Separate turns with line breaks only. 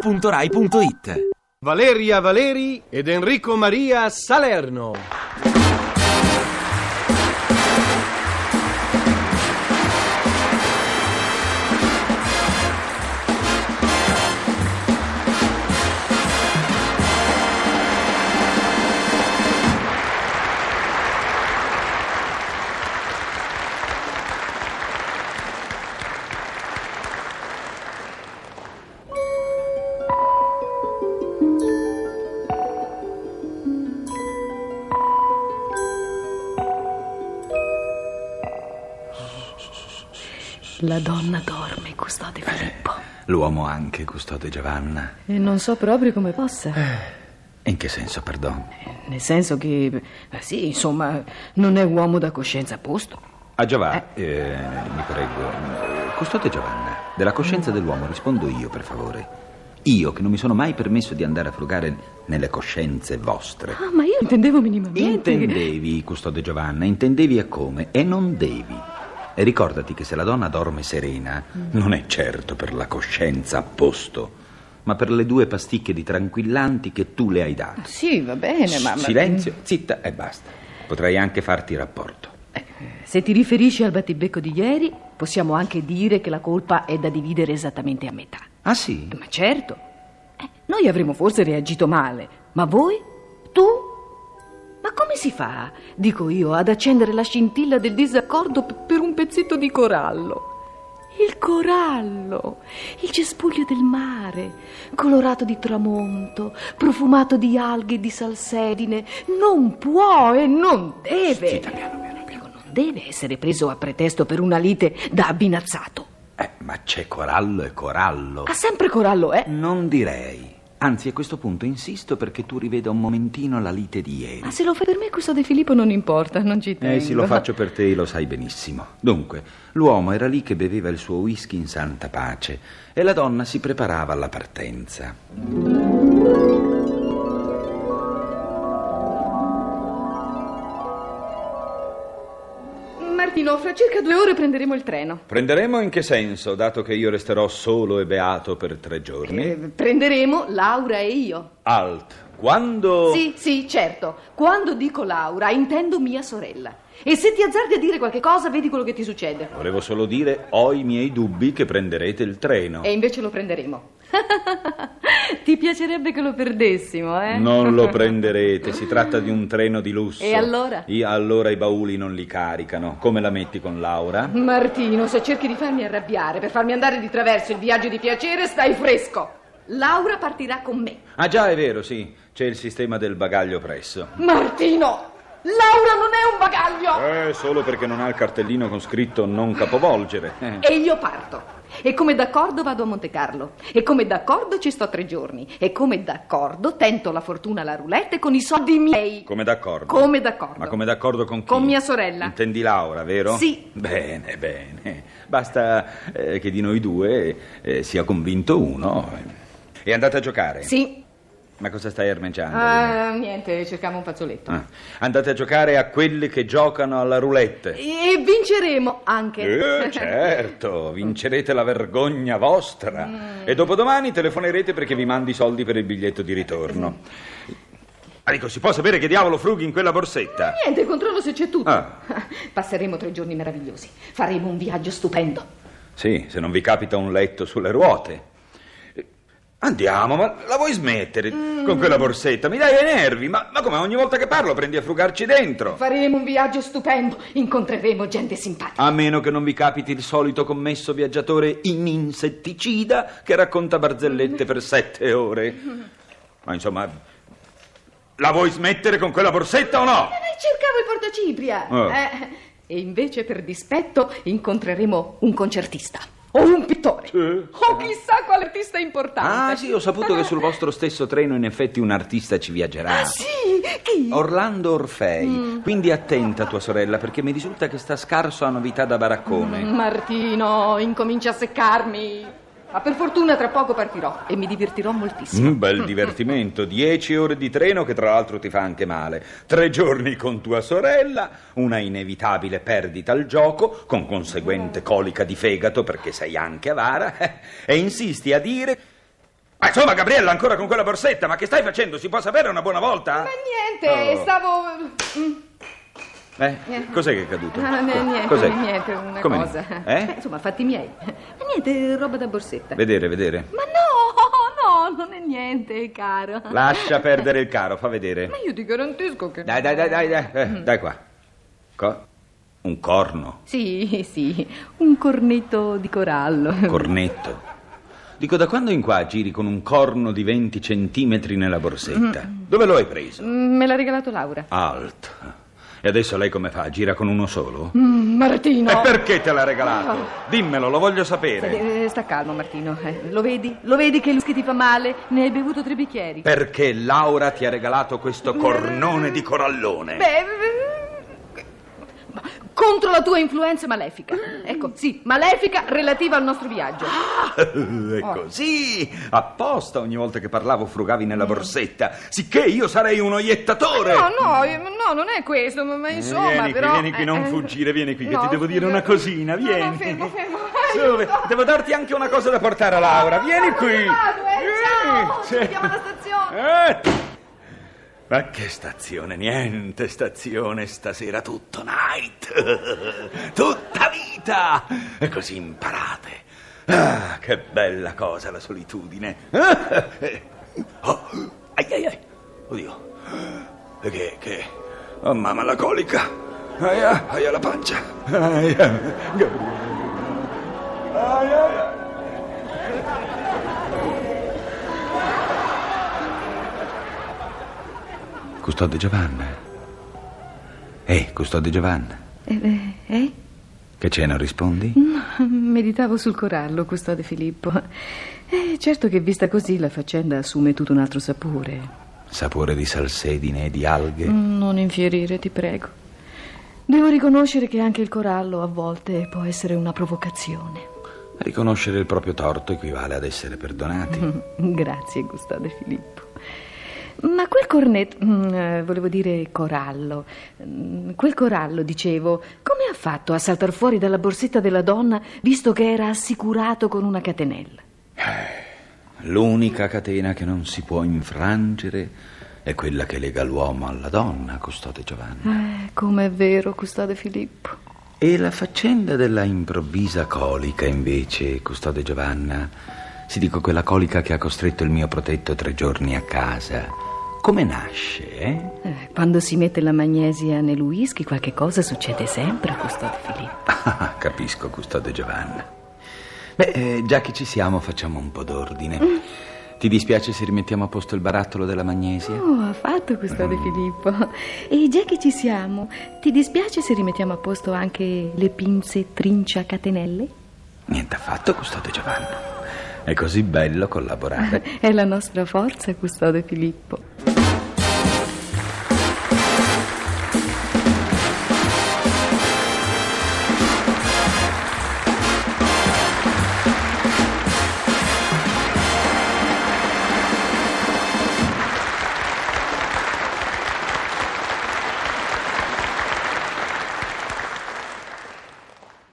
radio2pod.rai.it
Valeria Valeri ed Enrico Maria Salerno.
La donna dorme, custode Filippo.
L'uomo anche, custode Giovanna.
Eh, E non so proprio come possa.
In che senso, perdono?
Nel senso che, eh, sì, insomma, non è uomo da coscienza a posto.
A Giovanna, Ah, eh, mi prego. eh, Custode Giovanna, della coscienza dell'uomo rispondo io, per favore. Io che non mi sono mai permesso di andare a frugare nelle coscienze vostre.
Ah, ma io intendevo minimamente.
Intendevi, custode Giovanna, intendevi e come, e non devi. E ricordati che se la donna dorme serena, non è certo per la coscienza a posto, ma per le due pasticche di tranquillanti che tu le hai dato.
Sì, va bene, ma. ma-
Silenzio, zitta e basta. Potrei anche farti rapporto.
Eh, Se ti riferisci al battibecco di ieri, possiamo anche dire che la colpa è da dividere esattamente a metà.
Ah sì?
Ma certo, eh, noi avremmo forse reagito male, ma voi? Tu? Ma come si fa, dico io, ad accendere la scintilla del disaccordo p- per un pezzetto di corallo? Il corallo, il cespuglio del mare, colorato di tramonto, profumato di alghe e di salsedine, non può e non deve.
Zitta, piano, piano,
Dico, non deve essere preso a pretesto per una lite da abbinazzato.
Eh, ma c'è corallo e corallo.
Ha sempre corallo, eh?
Non direi. Anzi, a questo punto insisto perché tu riveda un momentino la lite di
Ma
ieri.
se lo fai per me questo De Filippo non importa, non ci tengo.
Eh sì, lo faccio per te, lo sai benissimo. Dunque, l'uomo era lì che beveva il suo whisky in santa pace e la donna si preparava alla partenza.
Martino, fra circa due ore prenderemo il treno.
Prenderemo in che senso, dato che io resterò solo e beato per tre giorni?
Eh, Prenderemo Laura e io.
Alt, quando...
Sì, sì, certo. Quando dico Laura, intendo mia sorella. E se ti azzardi a dire qualche cosa, vedi quello che ti succede.
Volevo solo dire, ho i miei dubbi che prenderete il treno.
E invece lo prenderemo. ti piacerebbe che lo perdessimo, eh?
Non lo prenderete, si tratta di un treno di lusso.
E allora?
I- allora i bauli non li caricano. Come la metti con Laura?
Martino, se cerchi di farmi arrabbiare per farmi andare di traverso il viaggio di piacere, stai fresco. Laura partirà con me.
Ah già, è vero, sì, c'è il sistema del bagaglio presso.
Martino! Laura non è un bagaglio!
Eh, solo perché non ha il cartellino con scritto non capovolgere. Eh.
E io parto. E come d'accordo vado a Monte Carlo. E come d'accordo ci sto tre giorni. E come d'accordo tento la fortuna alla roulette con i soldi miei.
Come d'accordo?
Come d'accordo.
Ma come d'accordo con chi?
Con mia sorella.
Intendi Laura, vero?
Sì.
Bene, bene. Basta eh, che di noi due eh, sia convinto uno. E andate a giocare?
Sì.
Ma cosa stai armeggiando?
Ah, niente, cercavo un fazzoletto.
Ah, Andate a giocare a quelli che giocano alla roulette.
E vinceremo anche.
Eh, certo, vincerete la vergogna vostra. E dopodomani telefonerete perché vi mandi i soldi per il biglietto di ritorno. Ah, dico, si può sapere che diavolo frughi in quella borsetta?
Niente, controllo se c'è tutto.
Ah.
Passeremo tre giorni meravigliosi. Faremo un viaggio stupendo.
Sì, se non vi capita un letto sulle ruote. Eh, Andiamo, ma la vuoi smettere con quella borsetta? Mi dai ai nervi, ma, ma come ogni volta che parlo prendi a frugarci dentro?
Faremo un viaggio stupendo. Incontreremo gente simpatica.
A meno che non vi capiti il solito commesso viaggiatore in insetticida che racconta barzellette per sette ore. Ma insomma, la vuoi smettere con quella borsetta o no?
Eh, Cercavo il portacipria.
Oh.
Eh, e invece, per dispetto, incontreremo un concertista. O un pittore. O chissà quale artista importante.
Ah sì, ho saputo che sul vostro stesso treno in effetti un artista ci viaggerà.
Ah, sì? Mm. Chi?
Oh. Orlando Orfei, quindi attenta tua sorella perché mi risulta che sta scarso a novità da
Mm.
baraccone.
Martino, incomincia a seccarmi. Ma per fortuna tra poco partirò e mi divertirò moltissimo.
Un bel divertimento, dieci ore di treno che tra l'altro ti fa anche male, tre giorni con tua sorella, una inevitabile perdita al gioco, con conseguente colica di fegato perché sei anche avara, e eh, insisti a dire Ma insomma, Gabriella, ancora con quella borsetta, ma che stai facendo? Si può sapere una buona volta?
Ma niente,
Oh.
stavo... mm,
Eh, cos'è che è caduto?
Ah, no, niente,
cos'è?
niente, una
Come
cosa.
niente?
Beh,
Eh?
insomma, fatti miei. Ma niente, roba da borsetta.
Vedere, vedere.
Ma no, no, non è niente, caro.
Lascia perdere il caro, fa vedere.
Ma Mm. io ti garantisco che...
Dai, dai, dai, dai, dai, eh, dai qua. Co- un corno,
Sì, sì, un cornetto di corallo.
cornetto. Dico, da quando in qua giri con un corno di 20 centimetri nella borsetta? Dove lo hai preso?
Mm, Me l'ha regalato Laura.
Alt. E adesso lei come fa? Gira con uno solo?
Mm, Martino!
E perché te l'ha regalato? Dimmelo, lo voglio sapere.
Eh, sta calmo, Martino. eh.
Lo vedi? Lo vedi che il whisky ti fa male? Ne hai bevuto tre bicchieri.
Perché Laura ti ha regalato questo cornone di corallone?
Mm. Beh, eh,
Contro la tua influenza malefica. Ecco, sì, malefica relativa al nostro viaggio.
Ah, E
Oh.
così, apposta ogni volta che parlavo frugavi nella borsetta, sicché io sarei un oiettatore.
Mm. no, no, eh, no, non è questo, ma, ma insomma,
vieni qui,
però... eh,
vieni qui, non fuggire, vieni qui, che ti devo dire una cosina,
no,
vieni.
No, fermo, fermo.
Su, ve- devo darti anche una cosa da portare a Laura, vieni qui.
vado, eh, ciao, ci
Sì.
vediamo alla
Eh. Ma che stazione, niente stazione stasera, tutto night, tutta vita, e così imparate. Ah, che bella cosa la solitudine. Ah, eh. Oh, ai ai ai, oddio, E che, che, oh mamma la colica, ai ai, ai alla pancia, ai ai, Gabriele. ai ai. ai. Custode Giovanna. Ehi, custode Giovanna.
Eh, eh? mm,
Che c'è, non rispondi?
Meditavo sul corallo, custode Filippo. Eh, certo che vista così la faccenda assume tutto un altro sapore.
Sapore di salsedine e di alghe.
Non infierire, ti prego. Devo riconoscere che anche il corallo a volte può essere una provocazione.
Riconoscere il proprio torto equivale ad essere perdonati.
Mm. Grazie, custode Filippo. Ma quel cornetto, mm, eh, volevo dire corallo, Mm, quel corallo, dicevo, come ha fatto a saltar fuori dalla borsetta della donna visto che era assicurato con una catenella?
L'unica catena che non si può infrangere è quella che lega l'uomo alla donna, custode Giovanna.
Eh, com'è vero, custode Filippo.
E la faccenda della improvvisa colica, invece, custode Giovanna, si dico quella colica che ha costretto il mio protetto tre giorni a casa. Come nasce, eh?
Eh, Quando si mette la magnesia nel whisky, qualche cosa succede sempre, custode Filippo.
Ah, capisco, custode Giovanna. Beh, eh, già che ci siamo, facciamo un po' d'ordine. Ti dispiace se rimettiamo a posto il barattolo della magnesia?
Oh, ha fatto, custode Filippo. E già che ci siamo, ti dispiace se rimettiamo a posto anche le pinze trincia catenelle?
Niente affatto, custode Giovanna. È così bello collaborare.
È la nostra forza, custode Filippo.